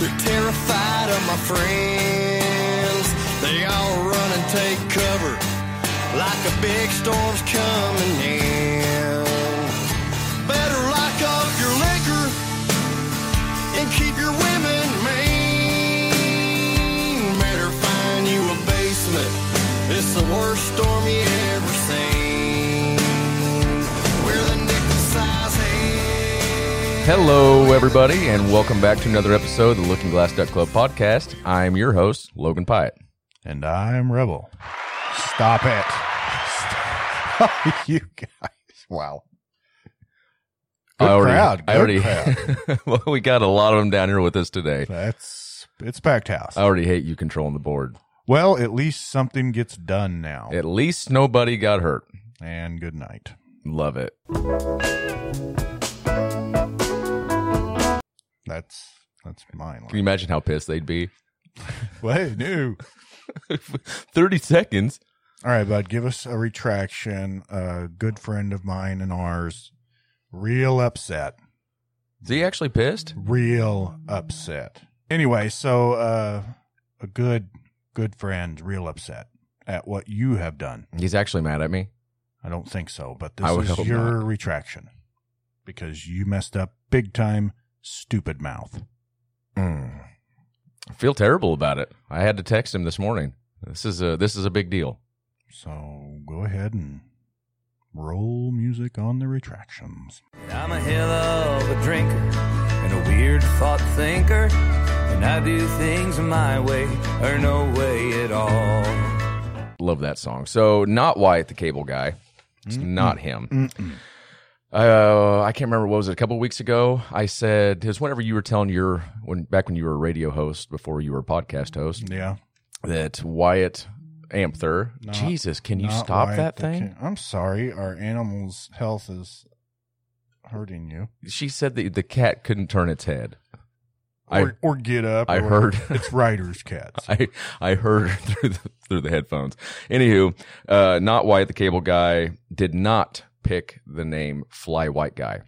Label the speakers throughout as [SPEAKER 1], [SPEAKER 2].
[SPEAKER 1] They're terrified of my friends. They all run and take cover like a big storm's coming in. Better lock up your liquor and keep your women mean. Better find you a basement. It's the worst storm you ever seen. We're the nickel-sized hand.
[SPEAKER 2] Hello, everybody, and welcome back to another episode of the Looking Glass Duck Club podcast. I'm your host, Logan Pyatt.
[SPEAKER 3] And I'm Rebel. Stop it. Oh, you guys. Wow. Good
[SPEAKER 2] I already,
[SPEAKER 3] crowd.
[SPEAKER 2] I
[SPEAKER 3] good
[SPEAKER 2] already,
[SPEAKER 3] crowd.
[SPEAKER 2] well, we got a lot of them down here with us today.
[SPEAKER 3] That's it's packed house.
[SPEAKER 2] I already hate you controlling the board.
[SPEAKER 3] well, at least something gets done now.
[SPEAKER 2] At least nobody got hurt.
[SPEAKER 3] and good night.
[SPEAKER 2] Love it.
[SPEAKER 3] That's that's mine.
[SPEAKER 2] Can you imagine how pissed they'd be?
[SPEAKER 3] Wait, no.
[SPEAKER 2] 30 seconds.
[SPEAKER 3] All right, bud. Give us a retraction. A good friend of mine and ours, real upset.
[SPEAKER 2] Is he actually pissed?
[SPEAKER 3] real upset. Anyway, so uh, a good good friend, real upset at what you have done.
[SPEAKER 2] He's actually mad at me.
[SPEAKER 3] I don't think so, but this
[SPEAKER 2] I would
[SPEAKER 3] is
[SPEAKER 2] hope
[SPEAKER 3] your
[SPEAKER 2] not.
[SPEAKER 3] retraction because you messed up big time. Stupid mouth.
[SPEAKER 2] I feel terrible about it. I had to text him this morning. This is a this is a big deal.
[SPEAKER 3] So go ahead and roll music on the retractions.
[SPEAKER 4] I'm a hell of a drinker and a weird thought thinker, and I do things my way or no way at all.
[SPEAKER 2] Love that song. So not Wyatt the Cable Guy. It's not him. Uh, I can't remember what was it. A couple weeks ago, I said because whenever you were telling your when back when you were a radio host before you were a podcast host
[SPEAKER 3] Yeah.
[SPEAKER 2] that Wyatt Amther. Jesus, can you
[SPEAKER 3] Not
[SPEAKER 2] stop
[SPEAKER 3] Wyatt
[SPEAKER 2] that
[SPEAKER 3] the
[SPEAKER 2] thing?
[SPEAKER 3] King. I'm sorry. Our animal's health is hurting you.
[SPEAKER 2] She said that the cat couldn't turn its head. I-
[SPEAKER 3] Or, or get up.
[SPEAKER 2] I
[SPEAKER 3] or-
[SPEAKER 2] heard-
[SPEAKER 3] it's writer's cats.
[SPEAKER 2] I I heard her through the, through the headphones. Anywho, uh, not Wyatt the Cable Guy did not pick the name Fly White Guy.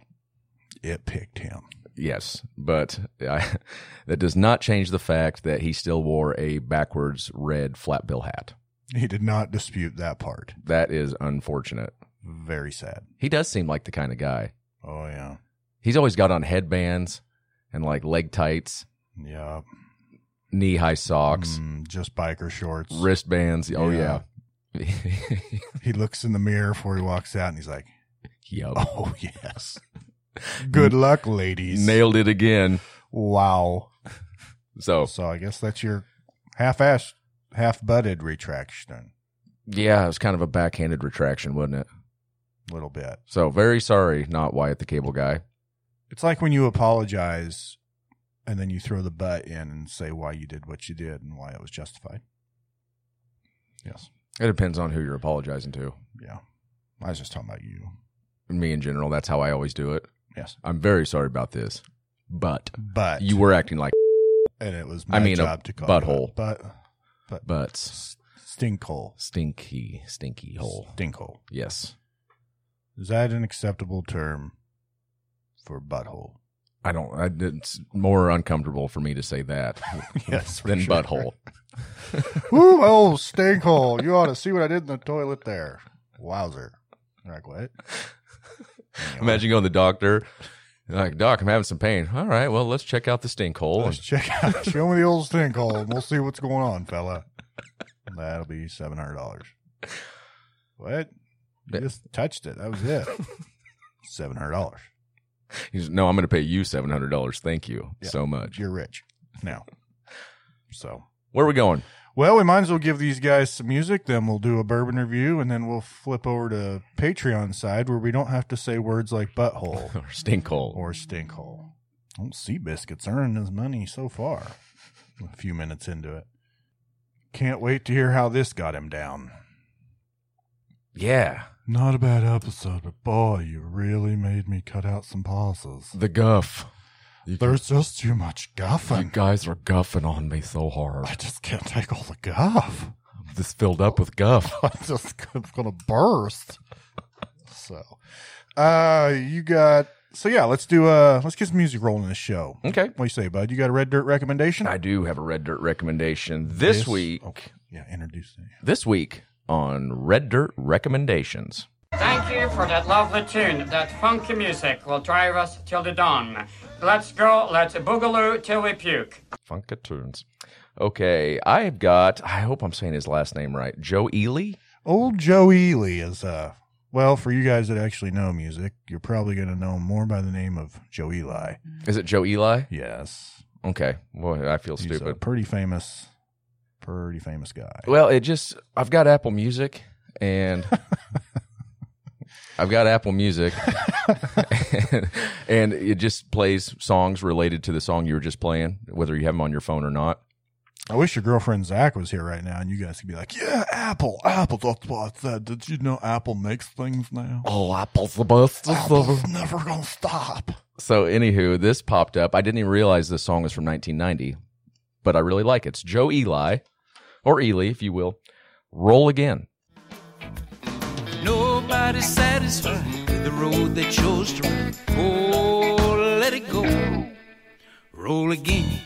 [SPEAKER 3] it picked him.
[SPEAKER 2] Yes, but I, that does not change the fact that he still wore a backwards red flat bill hat.
[SPEAKER 3] He did not dispute that part.
[SPEAKER 2] That is unfortunate.
[SPEAKER 3] Very sad.
[SPEAKER 2] He does seem like the kind of guy.
[SPEAKER 3] Oh yeah,
[SPEAKER 2] He's always got on headbands and like leg tights,
[SPEAKER 3] yeah.
[SPEAKER 2] knee high socks,
[SPEAKER 3] Mm, just biker shorts.
[SPEAKER 2] wristbands. Oh yeah.
[SPEAKER 3] He looks in the mirror before he walks out, and he's like,
[SPEAKER 2] yup.
[SPEAKER 3] "Oh yes, good luck, ladies."
[SPEAKER 2] Nailed it again.
[SPEAKER 3] Wow.
[SPEAKER 2] So
[SPEAKER 3] So I guess that's your half-assed, half-butted retraction,
[SPEAKER 2] Yeah, it was kind of a backhanded retraction, wasn't it?
[SPEAKER 3] a little bit.
[SPEAKER 2] So very sorry, not Wyatt the Cable Guy.
[SPEAKER 3] It's like when you apologize, and then you throw the butt in and say why you did what you did and why it was justified. Yes.
[SPEAKER 2] It depends on who you're apologizing to.
[SPEAKER 3] Yeah. I was just talking about you.
[SPEAKER 2] Me in general, that's how I always do it.
[SPEAKER 3] Yes.
[SPEAKER 2] I'm very sorry about this, but
[SPEAKER 3] But
[SPEAKER 2] you were acting like
[SPEAKER 3] and it was my
[SPEAKER 2] I mean, a
[SPEAKER 3] job to call
[SPEAKER 2] butthole.
[SPEAKER 3] but
[SPEAKER 2] butts.
[SPEAKER 3] stinkhole,
[SPEAKER 2] Stinky, stinky hole.
[SPEAKER 3] stinkhole.
[SPEAKER 2] Yes.
[SPEAKER 3] Is that an acceptable term for butthole?
[SPEAKER 2] I don't, I, it's more uncomfortable for me to say that
[SPEAKER 3] Yes,
[SPEAKER 2] than butthole.
[SPEAKER 3] Ooh, oh, stinkhole! You ought to see what I did in the toilet there. Wowzer! You're like what? Anyway,
[SPEAKER 2] Imagine going to the doctor. you're like, Doc, I'm having some pain. All right, well, let's check out the stink hole.
[SPEAKER 3] Let's check out. Show me the old stinkhole, and we'll see what's going on, fella. That'll be seven hundred dollars. What? You just touched it. That was it. Seven hundred dollars.
[SPEAKER 2] He's, no, I'm going to pay you $700. Thank you
[SPEAKER 3] Yeah.
[SPEAKER 2] so much.
[SPEAKER 3] You're rich now. So
[SPEAKER 2] Where are we going?
[SPEAKER 3] Well, we might as well give these guys some music. Then we'll do a bourbon review, and then we'll flip over to Patreon side where we don't have to say words like butthole
[SPEAKER 2] Or stink hole.
[SPEAKER 3] or stinkhole. I don't see biscuits earning his money so far. a few minutes into it. Can't wait to hear how this got him down.
[SPEAKER 2] Yeah.
[SPEAKER 3] Not a bad episode, but boy, you really made me cut out some pauses.
[SPEAKER 2] The guff. You,
[SPEAKER 3] There's just too much
[SPEAKER 2] you
[SPEAKER 3] guffing.
[SPEAKER 2] guys are guffing on me so hard.
[SPEAKER 3] I just can't take all the guff.
[SPEAKER 2] This filled up with guff.
[SPEAKER 3] I'm just gonna burst. So, uh, you got so yeah. Let's do uh, let's get some music rolling in this show.
[SPEAKER 2] Okay.
[SPEAKER 3] What do you say, bud? You got a red dirt recommendation?
[SPEAKER 2] I do have a red dirt recommendation this, week.
[SPEAKER 3] Okay. Yeah, introduce me.
[SPEAKER 2] This week on Red Dirt Recommendations.
[SPEAKER 5] Thank you for that lovely tune. That funky music will drive us till the dawn. Let's go, let's boogaloo till we puke.
[SPEAKER 2] Funka tunes. Okay, I've got, I hope I'm saying his last name right. Joe Ely?
[SPEAKER 3] Old Joe Ely is uh well, for you guys that actually know music, you're probably gonna know him more by the name of Joe Eli.
[SPEAKER 2] Is it Joe Eli?
[SPEAKER 3] Yes.
[SPEAKER 2] Okay. Well, I feel
[SPEAKER 3] He's a
[SPEAKER 2] stupid.
[SPEAKER 3] pretty famous pretty famous guy.
[SPEAKER 2] Well, it just I've got Apple Music and I've got Apple Music and, and it just plays songs related to the song you were just playing, whether you have them on your phone or not.
[SPEAKER 3] I wish your girlfriend Zach was here right now and you guys could be like, Yeah, Apple, Apple, that's what I said. Did you know Apple makes things now?
[SPEAKER 2] Oh, Apple's the best.
[SPEAKER 3] Apple's never gonna stop.
[SPEAKER 2] So, anywho, this popped up. I didn't even realize this song was from 1990, but I really like it. It's Joe Eli, or Ely, if you will. Roll again.
[SPEAKER 4] Nobody's satisfied with the road they chose to run. Oh, let it go. Roll again.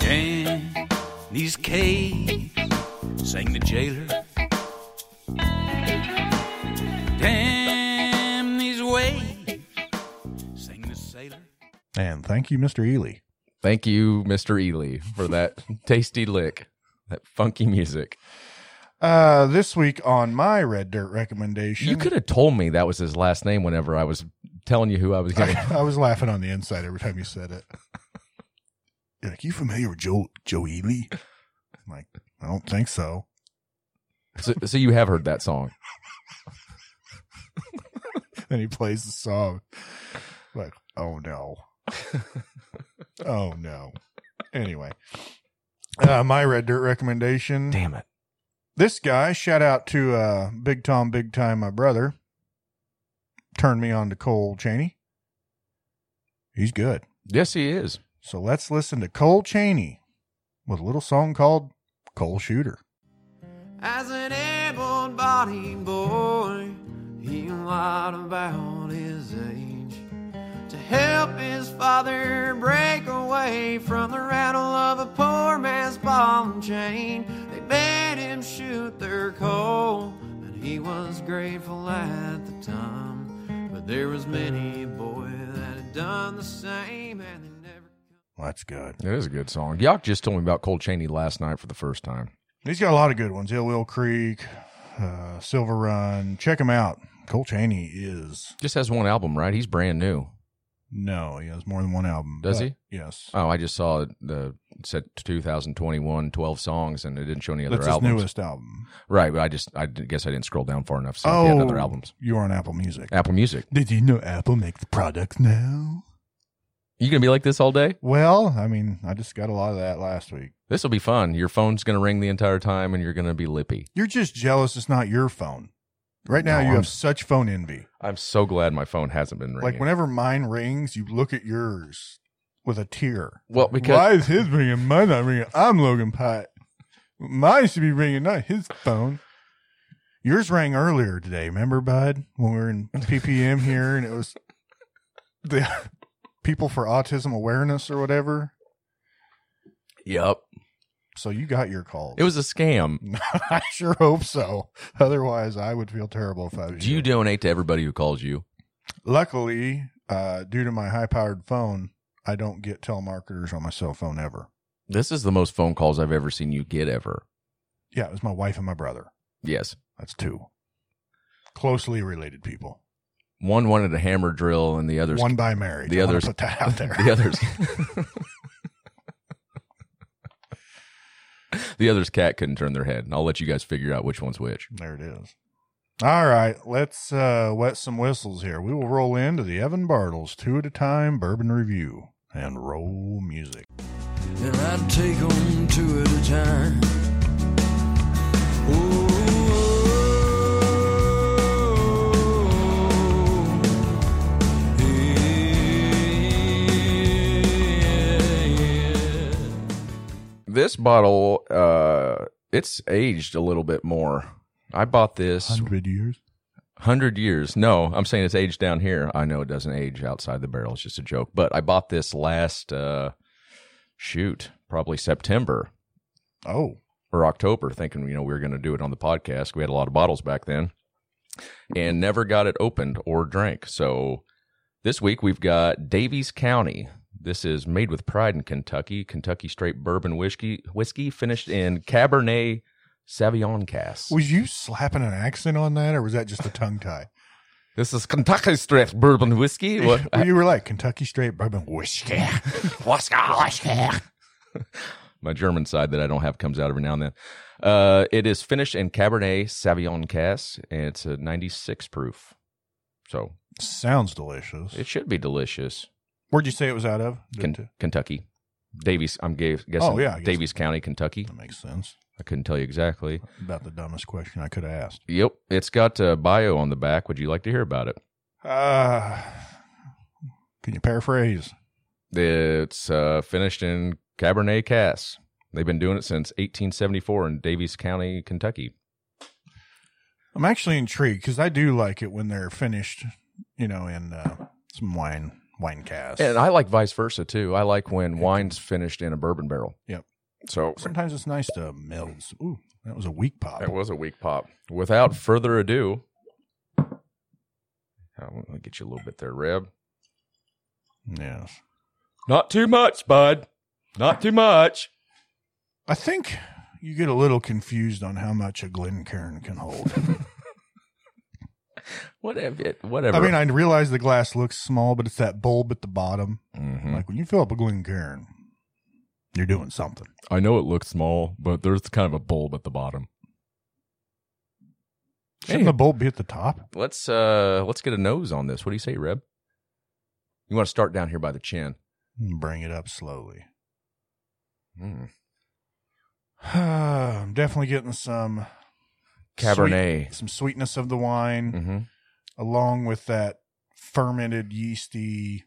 [SPEAKER 4] Dan, these caves, sang the jailer. Damn these waves, sang the sailor.
[SPEAKER 3] And thank you, Mr. Ely.
[SPEAKER 2] Thank you, Mr. Ely, for that tasty lick, that funky music.
[SPEAKER 3] Uh this week on my red dirt recommendation.
[SPEAKER 2] You could have told me that was his last name whenever I was telling you who I was going to.
[SPEAKER 3] I was laughing on the inside every time you said it. You're like, you familiar with Joe Joe Ely? I'm like, I don't think so.
[SPEAKER 2] so, so you have heard that song.
[SPEAKER 3] And he plays the song. Like, oh no. oh no. Anyway. Uh, my red dirt recommendation.
[SPEAKER 2] Damn it.
[SPEAKER 3] This guy, shout out to uh, Big Tom Big Time, my brother. Turned me on to Cole Cheney. He's good.
[SPEAKER 2] Yes, he is.
[SPEAKER 3] So let's listen to Cole Cheney with a little song called Cole Shooter.
[SPEAKER 1] As an able bodied boy, he lied about his age to help his father break away from the rattle of a poor man's ball chain. They made him shoot their coal, and he was grateful at the time. But there was many a boy that had done the same, and they never.
[SPEAKER 3] Well, that's good.
[SPEAKER 2] It is a good song. Yock just told me about Cole Cheney last night for the first time.
[SPEAKER 3] He's got a lot of good ones. Hill Will Creek, uh, Silver Run. Check him out. Cole Cheney is
[SPEAKER 2] Just has one album, right? He's brand new.
[SPEAKER 3] no, he has more than one album.
[SPEAKER 2] Does
[SPEAKER 3] but-
[SPEAKER 2] he?
[SPEAKER 3] Yes.
[SPEAKER 2] Oh, I just saw the it said 2021, 12 songs, and it didn't show any other
[SPEAKER 3] That's his
[SPEAKER 2] albums.
[SPEAKER 3] newest album.
[SPEAKER 2] Right, but I just I d- guess I didn't scroll down far enough. So oh. had other albums.
[SPEAKER 3] You're on Apple Music.
[SPEAKER 2] Apple Music.
[SPEAKER 3] Did you know Apple makes products now?
[SPEAKER 2] You gonna be like this all day?
[SPEAKER 3] Well, I mean, I just got a lot of that last week.
[SPEAKER 2] This will be fun. Your phone's gonna ring the entire time, and you're gonna be lippy.
[SPEAKER 3] You're just jealous it's not your phone. Right now,
[SPEAKER 2] No,
[SPEAKER 3] you
[SPEAKER 2] I'm-
[SPEAKER 3] have such phone envy.
[SPEAKER 2] I'm so glad my phone hasn't been ringing.
[SPEAKER 3] Like whenever mine rings, you look at yours with a tear.
[SPEAKER 2] well, because
[SPEAKER 3] Why is his ringing? Mine not ringing. I'm Logan Pott. Mine should be ringing, not his phone. Yours rang earlier today. Remember, Bud, when we were in PPM here, and it was the people for autism awareness or whatever.
[SPEAKER 2] Yep.
[SPEAKER 3] So you got your call.
[SPEAKER 2] It was a scam.
[SPEAKER 3] I sure hope so. Otherwise, I would feel terrible if I was.
[SPEAKER 2] Do you donate to everybody who calls you?
[SPEAKER 3] Luckily, uh, due to my high-powered phone, I don't get telemarketers on my cell phone ever.
[SPEAKER 2] This is the most phone calls I've ever seen you get ever.
[SPEAKER 3] Yeah, it was my wife and my brother.
[SPEAKER 2] Yes.
[SPEAKER 3] That's two. Closely related people.
[SPEAKER 2] One wanted a hammer drill and the others
[SPEAKER 3] One by marriage.
[SPEAKER 2] the
[SPEAKER 3] I wanna
[SPEAKER 2] others-
[SPEAKER 3] put that out there.
[SPEAKER 2] the others The other's cat couldn't turn their head. I'll let you guys figure out which one's which.
[SPEAKER 3] There it is. All right, let's uh, wet some whistles here. We will roll into the Evan Bartles two at a time bourbon review. and roll music.
[SPEAKER 1] and I'd take 'em two at a time. Ooh, yeah, yeah.
[SPEAKER 2] This bottle, uh, it's aged a little bit more. I bought this
[SPEAKER 3] Hundred years.
[SPEAKER 2] hundred years. No, I'm saying it's aged down here. I know it doesn't age outside the barrel. It's just a joke. But I bought this last uh, shoot, probably September
[SPEAKER 3] Oh,
[SPEAKER 2] or October, thinking you know we were going to do it on the podcast. We had a lot of bottles back then, and never got it opened or drank. So this week we've got Davies County. This is made with pride in Kentucky, Kentucky straight bourbon whiskey, whiskey finished in Cabernet Sauvignon cask.
[SPEAKER 3] was you slapping an accent on that, or was that just a tongue tie?
[SPEAKER 2] this is Kentucky straight bourbon whiskey. What?
[SPEAKER 3] Well, you were like Kentucky straight bourbon whiskey.
[SPEAKER 2] my German side that I don't have comes out every now and then. Uh, it is finished in Cabernet Sauvignon cask, and it's a 96 proof. So
[SPEAKER 3] Sounds delicious.
[SPEAKER 2] it should be delicious.
[SPEAKER 3] Where'd you say it was out of?
[SPEAKER 2] Ken- Kentucky, Davies. I'm ga- guessing.
[SPEAKER 3] Oh, yeah, I guess.
[SPEAKER 2] Davies County, Kentucky.
[SPEAKER 3] that makes sense.
[SPEAKER 2] I couldn't tell you exactly.
[SPEAKER 3] About the dumbest question I could have asked.
[SPEAKER 2] Yep, it's got a bio on the back. Would you like to hear about it?
[SPEAKER 3] Uh, can you paraphrase?
[SPEAKER 2] It's uh, finished in Cabernet cask. They've been doing it since 1874 in Davies County, Kentucky.
[SPEAKER 3] I'm actually intrigued because I do like it when they're finished, you know, in uh, some wine wine cast.
[SPEAKER 2] And I like vice versa too. I like when wine's finished in a bourbon barrel.
[SPEAKER 3] Yep.
[SPEAKER 2] So
[SPEAKER 3] Sometimes it's nice to meld. s- Ooh, that was a weak pop.
[SPEAKER 2] that was a weak pop. Without further ado, I'm gonna get you a little bit there, Reb.
[SPEAKER 3] Yes.
[SPEAKER 2] Not too much, bud. Not too much.
[SPEAKER 3] I think you get a little confused on how much a Glencairn can hold.
[SPEAKER 2] Whatever. It, whatever.
[SPEAKER 3] I mean, I realize the glass looks small, but it's that bulb at the bottom.
[SPEAKER 2] Mhm.
[SPEAKER 3] Like when you fill up a Glencairn, you're doing something.
[SPEAKER 2] I know it looks small, but there's kind of a bulb at the bottom.
[SPEAKER 3] Shouldn't the bulb be at the top?
[SPEAKER 2] Let's uh let's get a nose on this. What do you say, Reb? You want to start down here by the chin.
[SPEAKER 3] Bring it up slowly. Hmm.
[SPEAKER 2] Mm.
[SPEAKER 3] I'm definitely getting some
[SPEAKER 2] Cabernet.
[SPEAKER 3] sweet- some sweetness of the wine,
[SPEAKER 2] Mm-hmm.
[SPEAKER 3] along with that fermented yeasty.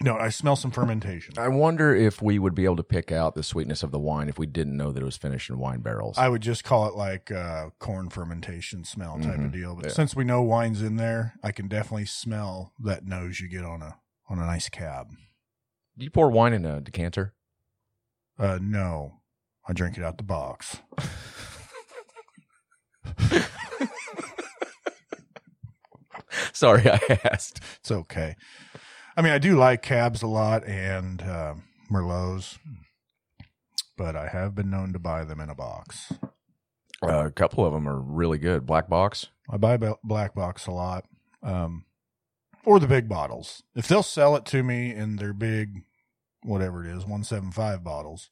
[SPEAKER 3] No, I smell some fermentation.
[SPEAKER 2] I wonder if we would be able to pick out the sweetness of the wine if we didn't know that it was finished in wine barrels.
[SPEAKER 3] I would just call it like uh, corn fermentation smell type
[SPEAKER 2] Mhm.
[SPEAKER 3] of deal. But
[SPEAKER 2] Yeah.
[SPEAKER 3] since we know wine's in there, I can definitely smell that nose you get on a on a nice cab.
[SPEAKER 2] Do you pour wine in a decanter?
[SPEAKER 3] Uh, no, I drink it out the box.
[SPEAKER 2] Sorry, I asked.
[SPEAKER 3] It's okay. I mean, I do like cabs a lot and uh, merlots, but I have been known to buy them in a box.
[SPEAKER 2] Uh, a couple of them are really good. Black box.
[SPEAKER 3] I buy b- black box a lot, um, or the big bottles. If they'll sell it to me in their big, whatever it is, one seven five bottles,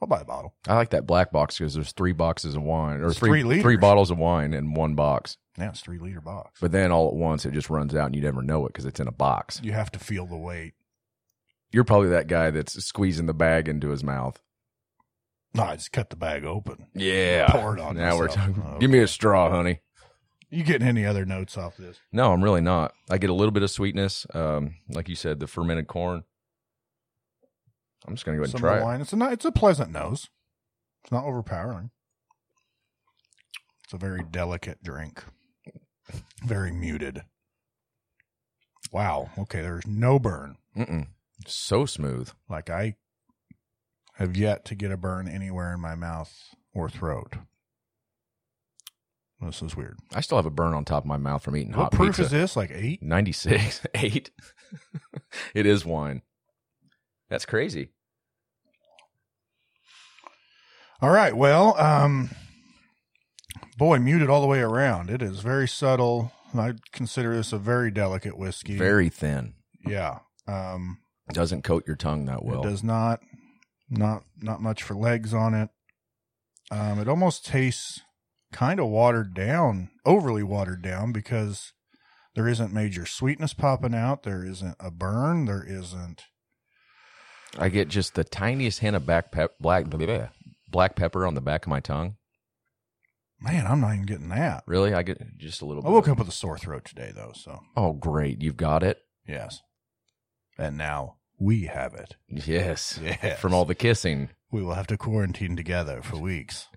[SPEAKER 3] I'll buy a bottle.
[SPEAKER 2] I like that black box because there's three boxes of wine or
[SPEAKER 3] It's
[SPEAKER 2] three
[SPEAKER 3] three liters.
[SPEAKER 2] three bottles of wine in one box.
[SPEAKER 3] Yeah, it's three liter box.
[SPEAKER 2] But then all at once it just runs out and you never know it because it's in a box.
[SPEAKER 3] You have to feel the weight.
[SPEAKER 2] You're probably that guy that's squeezing the bag into his mouth.
[SPEAKER 3] No, I just cut the bag open.
[SPEAKER 2] Yeah.
[SPEAKER 3] Pour it on
[SPEAKER 2] Now we're
[SPEAKER 3] myself.
[SPEAKER 2] talking.
[SPEAKER 3] Oh.
[SPEAKER 2] Give me a straw, honey.
[SPEAKER 3] You getting any other notes off this?
[SPEAKER 2] No, I'm really not. I get a little bit of sweetness. Um, like you said, the fermented corn. I'm just gonna go ahead
[SPEAKER 3] Some
[SPEAKER 2] and
[SPEAKER 3] of
[SPEAKER 2] try
[SPEAKER 3] the
[SPEAKER 2] it.
[SPEAKER 3] wine. It's a ni- it's a pleasant nose. It's not overpowering. It's a very delicate drink. Very muted. Wow. Okay, there's no burn.
[SPEAKER 2] Mm-mm. So smooth.
[SPEAKER 3] Like I have yet to get a burn anywhere in my mouth or throat. This is weird.
[SPEAKER 2] I still have a burn on top of my mouth from eating
[SPEAKER 3] what
[SPEAKER 2] hot
[SPEAKER 3] proof
[SPEAKER 2] pizza.
[SPEAKER 3] is this? Like eight?
[SPEAKER 2] 96 8 it is wine that's crazy
[SPEAKER 3] All right. Well, um, boy, muted all the way around. It is very subtle. I consider this a very delicate whiskey.
[SPEAKER 2] very thin
[SPEAKER 3] Yeah. Um,
[SPEAKER 2] doesn't coat your tongue that well
[SPEAKER 3] It does not, not, not much for legs on it. Um, it almost tastes kind of watered down, overly watered down because There isn't major sweetness popping out. There isn't a burn. There isn't.
[SPEAKER 2] I get just the tiniest hint of back pep- black blah, blah, black pepper on the back of my tongue.
[SPEAKER 3] Man, I'm not even getting that.
[SPEAKER 2] Really, I get just a little.
[SPEAKER 3] I
[SPEAKER 2] Bit
[SPEAKER 3] woke up with a sore throat today, though. So
[SPEAKER 2] Oh, great! You've got it.
[SPEAKER 3] yes, and now we have it.
[SPEAKER 2] Yes.
[SPEAKER 3] Yes.
[SPEAKER 2] From all the kissing.
[SPEAKER 3] We will have to quarantine together for weeks.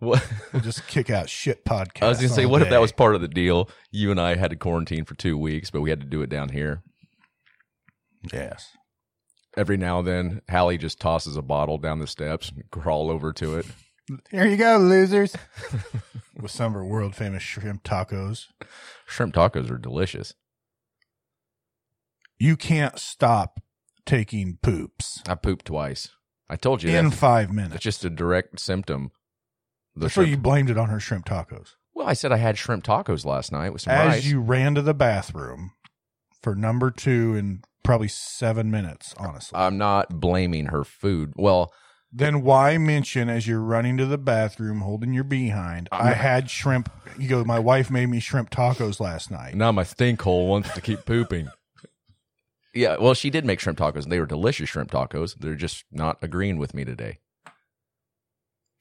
[SPEAKER 2] What?
[SPEAKER 3] We'll just kick out shit podcasts.
[SPEAKER 2] I was gonna say,
[SPEAKER 3] all
[SPEAKER 2] what if
[SPEAKER 3] day.
[SPEAKER 2] that was part of the deal? You and I had to quarantine for two weeks, but we had to do it down here.
[SPEAKER 3] yes?
[SPEAKER 2] Every now and then, Hallie just tosses a bottle down the steps and crawl over to it.
[SPEAKER 3] Here you go, losers. With some of our world famous shrimp tacos.
[SPEAKER 2] Shrimp tacos are delicious.
[SPEAKER 3] You can't stop taking poops
[SPEAKER 2] I pooped twice. I told you
[SPEAKER 3] in
[SPEAKER 2] that.
[SPEAKER 3] five
[SPEAKER 2] That's
[SPEAKER 3] minutes.
[SPEAKER 2] just a direct symptom. The
[SPEAKER 3] So
[SPEAKER 2] shrimp.
[SPEAKER 3] you blamed it on her shrimp tacos.
[SPEAKER 2] well, I said I had shrimp tacos last night with some
[SPEAKER 3] As
[SPEAKER 2] rice.
[SPEAKER 3] you ran to the bathroom for number two in probably seven minutes, honestly.
[SPEAKER 2] I'm not blaming her food. Well,
[SPEAKER 3] then why mention as you're running to the bathroom holding your behind, i had shrimp. You go, my wife made me shrimp tacos last night.
[SPEAKER 2] now my stink hole wants to keep pooping. Yeah, well, she did make shrimp tacos, and they were delicious shrimp tacos. They're just not agreeing with me today.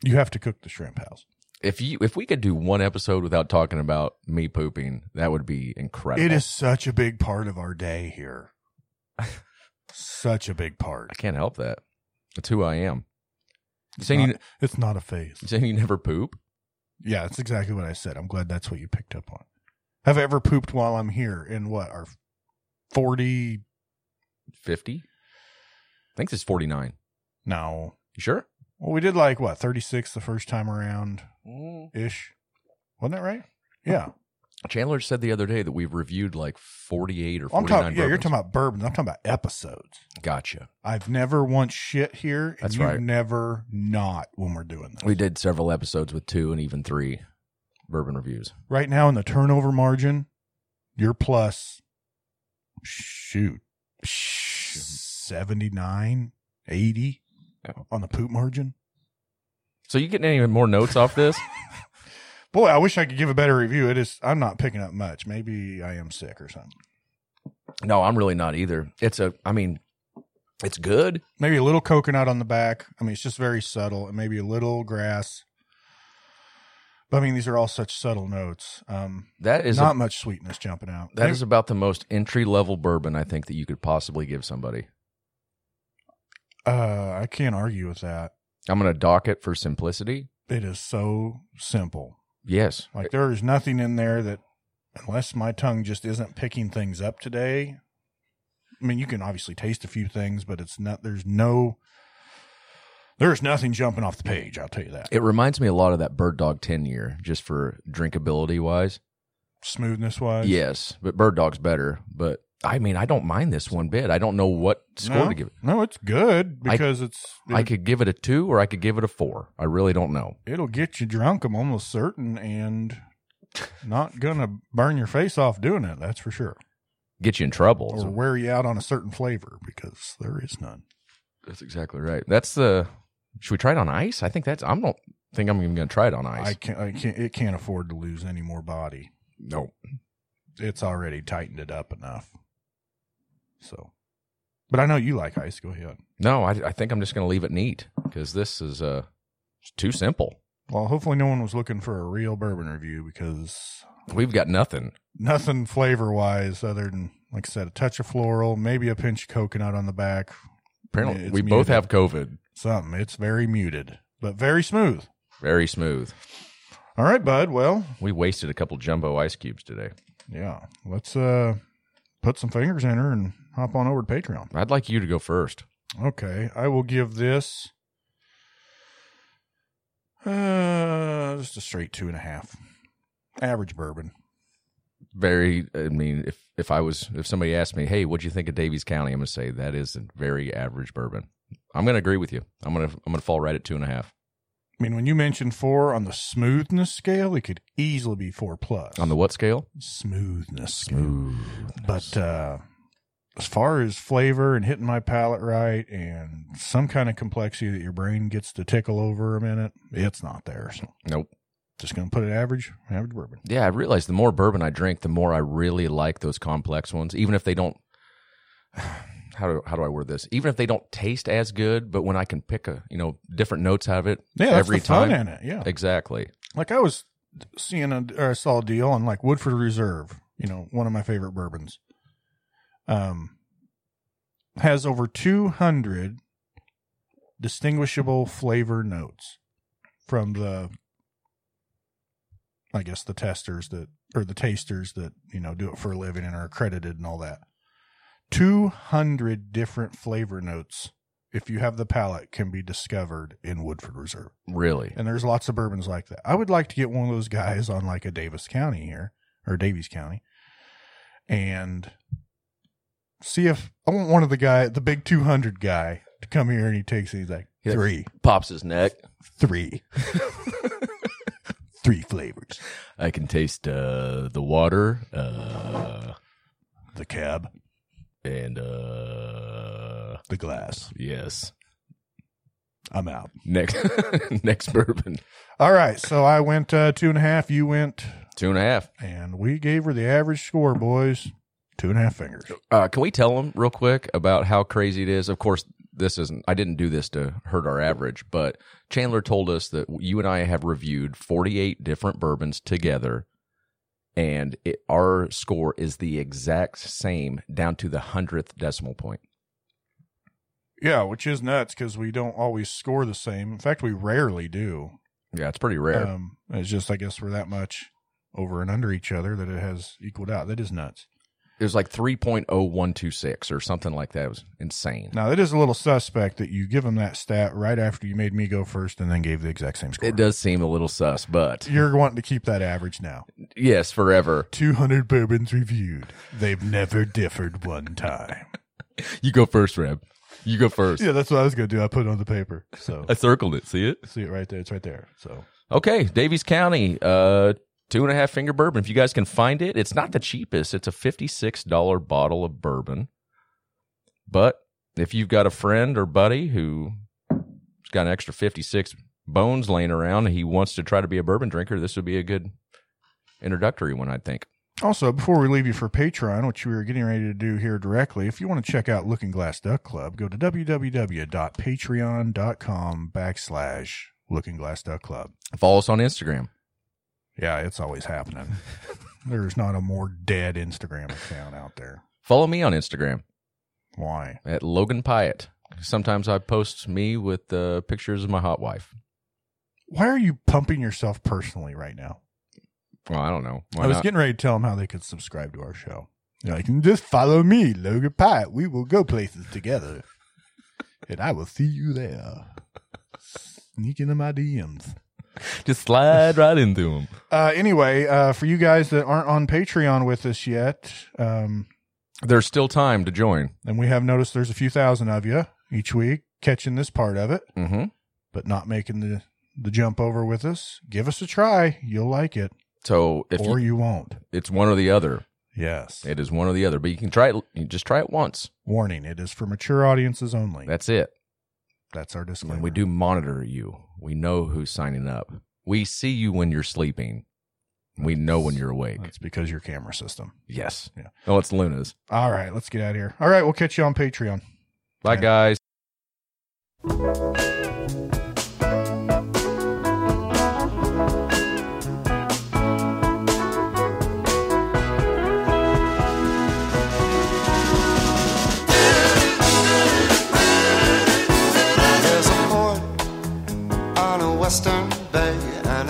[SPEAKER 3] You have to cook the shrimp house.
[SPEAKER 2] If you if we could do one episode without talking about me pooping, that would be incredible.
[SPEAKER 3] It is such a big part of our day here. such a big part.
[SPEAKER 2] I can't help that. That's who I am.
[SPEAKER 3] It's
[SPEAKER 2] Saying
[SPEAKER 3] not, it's not a phase.
[SPEAKER 2] you saying you never poop?
[SPEAKER 3] Yeah, that's exactly what I said. I'm glad that's what you picked up on. Have I ever pooped while I'm here in what our 40
[SPEAKER 2] Fifty? I think this is forty nine.
[SPEAKER 3] no.
[SPEAKER 2] You sure?
[SPEAKER 3] Well, we did like what 36 the first time around ish. Wasn't that right? Yeah.
[SPEAKER 2] Chandler said the other day that we've reviewed like forty eight or
[SPEAKER 3] I'm
[SPEAKER 2] forty
[SPEAKER 3] talking
[SPEAKER 2] nine.
[SPEAKER 3] yeah, you're talking about bourbons. I'm talking about episodes.
[SPEAKER 2] Gotcha.
[SPEAKER 3] I've never once shit here and
[SPEAKER 2] That's
[SPEAKER 3] you've
[SPEAKER 2] right.
[SPEAKER 3] never not when we're doing this.
[SPEAKER 2] We did several episodes with two and even three bourbon reviews.
[SPEAKER 3] right now in the turnover margin, you're plus shoot 79, 80 on the poop margin.
[SPEAKER 2] So you getting any more notes off this?
[SPEAKER 3] Boy, I wish I could give a better review. It is I'm not picking up much. Maybe I am sick or something.
[SPEAKER 2] no, I'm really not either. It's a I mean, it's good.
[SPEAKER 3] Maybe a little coconut on the back. I mean, it's just very subtle, and maybe a little grass. But I mean, these are all such subtle notes. Um,
[SPEAKER 2] That is a-
[SPEAKER 3] not much sweetness jumping out.
[SPEAKER 2] That is about the most entry level bourbon I think that you could possibly give somebody.
[SPEAKER 3] uh, I can't argue with that.
[SPEAKER 2] I'm going to dock it for simplicity.
[SPEAKER 3] It is so simple.
[SPEAKER 2] Yes.
[SPEAKER 3] Like there is nothing in there that, unless my tongue just isn't picking things up today. I mean, you can obviously taste a few things, but it's not. There's no. There's nothing jumping off the page. I'll tell you that.
[SPEAKER 2] It reminds me a lot of that Bird Dog 10 year just for drinkability wise.
[SPEAKER 3] Smoothness wise,
[SPEAKER 2] Yes, but Bird Dog's better, but I mean, I don't mind this one bit. I don't know what score
[SPEAKER 3] No,
[SPEAKER 2] to give it.
[SPEAKER 3] no, it's good
[SPEAKER 2] I-
[SPEAKER 3] because it's. It,
[SPEAKER 2] I could give it a 2 or I could give it a 4. I really don't know.
[SPEAKER 3] it'll get you drunk. I'm almost certain, and not gonna burn your face off doing it. That's for sure.
[SPEAKER 2] Get you in trouble.
[SPEAKER 3] Or
[SPEAKER 2] So-
[SPEAKER 3] wear you out on a certain flavor because there is none.
[SPEAKER 2] That's exactly right. That's the Should we try it on ice? I think that's I don't think I'm even going to try it on ice.
[SPEAKER 3] I can't. I can't. It can't afford to lose any more body.
[SPEAKER 2] no.
[SPEAKER 3] it's already tightened it up enough. So, but I know you like ice. Go ahead.
[SPEAKER 2] No, I, I think I'm just going to leave it neat because this is uh, it's too simple.
[SPEAKER 3] Well, hopefully no one was looking for a real bourbon review because
[SPEAKER 2] We've got nothing.
[SPEAKER 3] nothing flavor wise other than like I said, a touch of floral, maybe a pinch of coconut on the back,
[SPEAKER 2] Apparently,
[SPEAKER 3] It's
[SPEAKER 2] we both
[SPEAKER 3] muted.
[SPEAKER 2] have COVID.
[SPEAKER 3] something. It's very muted, but very smooth.
[SPEAKER 2] Very smooth.
[SPEAKER 3] All right, bud. Well,
[SPEAKER 2] We wasted a couple jumbo ice cubes today.
[SPEAKER 3] yeah. Let's uh put some fingers in her and hop on over to Patreon.
[SPEAKER 2] I'd like you to go first.
[SPEAKER 3] Okay, I will give this uh, just a straight two and a half. Average bourbon.
[SPEAKER 2] Very, I mean, if if I was if somebody asked me, hey, what'd you think of Davies County? I'm gonna say that is a very average bourbon. I'm gonna agree with you. I'm gonna I'm gonna fall right at two and a half
[SPEAKER 3] I mean, when you mentioned four on the smoothness scale, it could easily be four plus
[SPEAKER 2] on the what scale?
[SPEAKER 3] smoothness. Scale. But uh, as far as flavor and hitting my palate right, and some kind of complexity that your brain gets to tickle over a minute, it's not there. So
[SPEAKER 2] Nope.
[SPEAKER 3] Just gonna put it average, average bourbon.
[SPEAKER 2] Yeah, I realize the more bourbon I drink, the more I really like those complex ones, even if they don't. How do how do I word this? Even if they don't taste as good, but when I can pick a you know different notes out of it
[SPEAKER 3] Yeah, that's
[SPEAKER 2] every
[SPEAKER 3] the
[SPEAKER 2] time,
[SPEAKER 3] fun in it. Yeah,
[SPEAKER 2] exactly.
[SPEAKER 3] like I was seeing a or I saw a deal on like Woodford Reserve, you know, one of my favorite bourbons. Um has over 200 distinguishable flavor notes from the I guess the testers that or the tasters that, you know, do it for a living and are accredited and all that. 200 different flavor notes if you have the palate can be discovered in Woodford Reserve.
[SPEAKER 2] Really,
[SPEAKER 3] And there's lots of bourbons like that. I would like to get one of those guys on like a Davis County here or Davies County and see if I want one of the guy, the big 200 guy to come here and he takes it. He's like,
[SPEAKER 2] Yeah.
[SPEAKER 3] three,
[SPEAKER 2] pops his neck.
[SPEAKER 3] three, three flavors.
[SPEAKER 2] I can taste uh, the water uh,
[SPEAKER 3] The cab,
[SPEAKER 2] and uh,
[SPEAKER 3] the glass.
[SPEAKER 2] yes,
[SPEAKER 3] I'm out.
[SPEAKER 2] next next bourbon
[SPEAKER 3] All right. So I went uh, two and a half. You went,
[SPEAKER 2] two and a half.
[SPEAKER 3] and we gave her the average score, boys. Two and a half fingers.
[SPEAKER 2] Uh, can we tell them real quick about how crazy it is? Of course, this isn't. I didn't do this to hurt our average, but Chandler told us that you and I have reviewed 48 different bourbons together, and it, our score is the exact same down to the hundredth decimal point.
[SPEAKER 3] Yeah, which is nuts because we don't always score the same. In fact, we rarely do.
[SPEAKER 2] Yeah, it's pretty rare.
[SPEAKER 3] Um, it's just I guess we're that much over and under each other that it has equaled out. That is nuts.
[SPEAKER 2] it was like 3.0126 or something like that. It was insane.
[SPEAKER 3] Now that is a little suspect that you give him that stat right after you made me go first and then gave the exact same score.
[SPEAKER 2] It does seem a little sus, but
[SPEAKER 3] You're wanting to keep that average now.
[SPEAKER 2] yes, forever.
[SPEAKER 3] 200 bourbons reviewed. They've never differed one time.
[SPEAKER 2] You go first, Reb. You go first.
[SPEAKER 3] Yeah, that's what I was going to do. I put it on the paper. So
[SPEAKER 2] I circled it. See it?
[SPEAKER 3] see it right there. It's right there. So
[SPEAKER 2] Okay, Davies County, uh, two and a half finger bourbon. If you guys can find it, it's not the cheapest. It's a fifty-six dollar bottle of bourbon. But if you've got a friend or buddy who's got an extra fifty-six bones laying around and he wants to try to be a bourbon drinker, this would be a good introductory one, I think.
[SPEAKER 3] Also, before we leave you for Patreon, which we are getting ready to do here directly, if you want to check out Looking Glass Duck Club, go to www.patreon.com backslash Looking Glass Duck Club.
[SPEAKER 2] Follow us on Instagram.
[SPEAKER 3] Yeah, it's always happening. There's not a more dead Instagram account out there.
[SPEAKER 2] Follow me on Instagram
[SPEAKER 3] Why?
[SPEAKER 2] at Logan Pyatt. Sometimes I post me with uh, pictures of my hot wife.
[SPEAKER 3] Why are you pumping yourself personally right now?
[SPEAKER 2] Well, I don't know. Why
[SPEAKER 3] I was
[SPEAKER 2] not?
[SPEAKER 3] getting ready to tell them how they could subscribe to our show. You're like, just follow me, Logan Pyatt. We will go places together, and I will see you there. Sneak into my DMs.
[SPEAKER 2] Just slide right into them.
[SPEAKER 3] Uh, anyway, uh, for you guys that aren't on Patreon with us yet, um,
[SPEAKER 2] There's still time to join.
[SPEAKER 3] and we have noticed there's a few thousand of you each week catching this part of it,
[SPEAKER 2] Mm-hmm.
[SPEAKER 3] but not making the the jump over with us. Give us a try; you'll like it,
[SPEAKER 2] So if
[SPEAKER 3] or
[SPEAKER 2] you,
[SPEAKER 3] you, won't.
[SPEAKER 2] it's one or the other,
[SPEAKER 3] Yes.
[SPEAKER 2] it is one or the other. But you can try it. You just try it once.
[SPEAKER 3] Warning: It is for mature audiences only.
[SPEAKER 2] That's it.
[SPEAKER 3] That's our disclaimer.
[SPEAKER 2] And we do monitor you. We know who's signing up. We see you when you're sleeping. We know when you're awake.
[SPEAKER 3] That's because your camera system.
[SPEAKER 2] Yes.
[SPEAKER 3] Yeah.
[SPEAKER 2] Oh, it's Luna's.
[SPEAKER 3] All right, let's get out of here. All right, we'll catch you on Patreon.
[SPEAKER 2] Bye,
[SPEAKER 3] Yeah.
[SPEAKER 2] guys.
[SPEAKER 1] There's a port on a western bay, and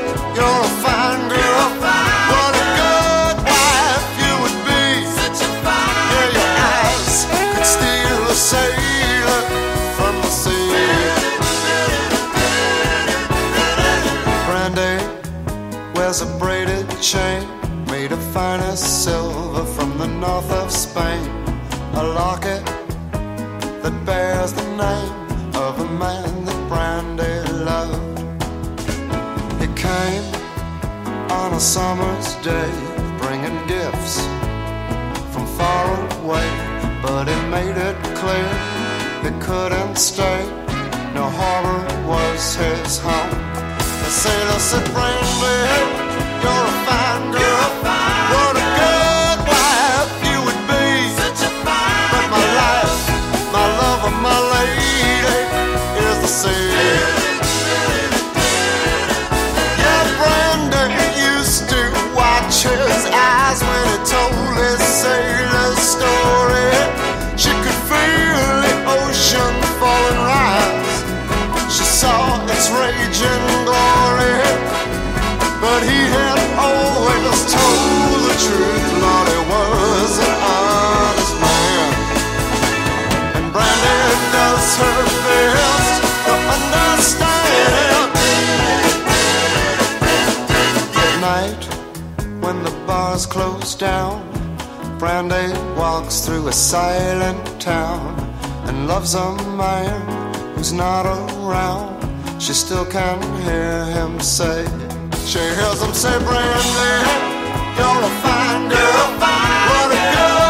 [SPEAKER 1] you're a fine girl. What a good wife you would be. Yeah, your eyes could steal a sailor from the sea. Brandy wears a braided chain. name of a man that Brandy loved. He came on a summer's day, bringing gifts from far away, but he made it clear he couldn't stay. No harbor was his home. The sailor said, Brandy, hey, you're a fine girl. what a good wife you would be. but my life, my love, and my lady is the sea. Yeah, Brandon used to watch his eyes when he told his sailor story. She could feel the ocean fall and rise. She saw its raging glory. But he had always told the truth, Lord, he was an honest man. And Brandon does her best to understand. At night, when the bars close down, Brandy walks through a silent town and loves a man who's not around. She still can hear him say, she hears him say, Brandy, you're a fine girl. What a girl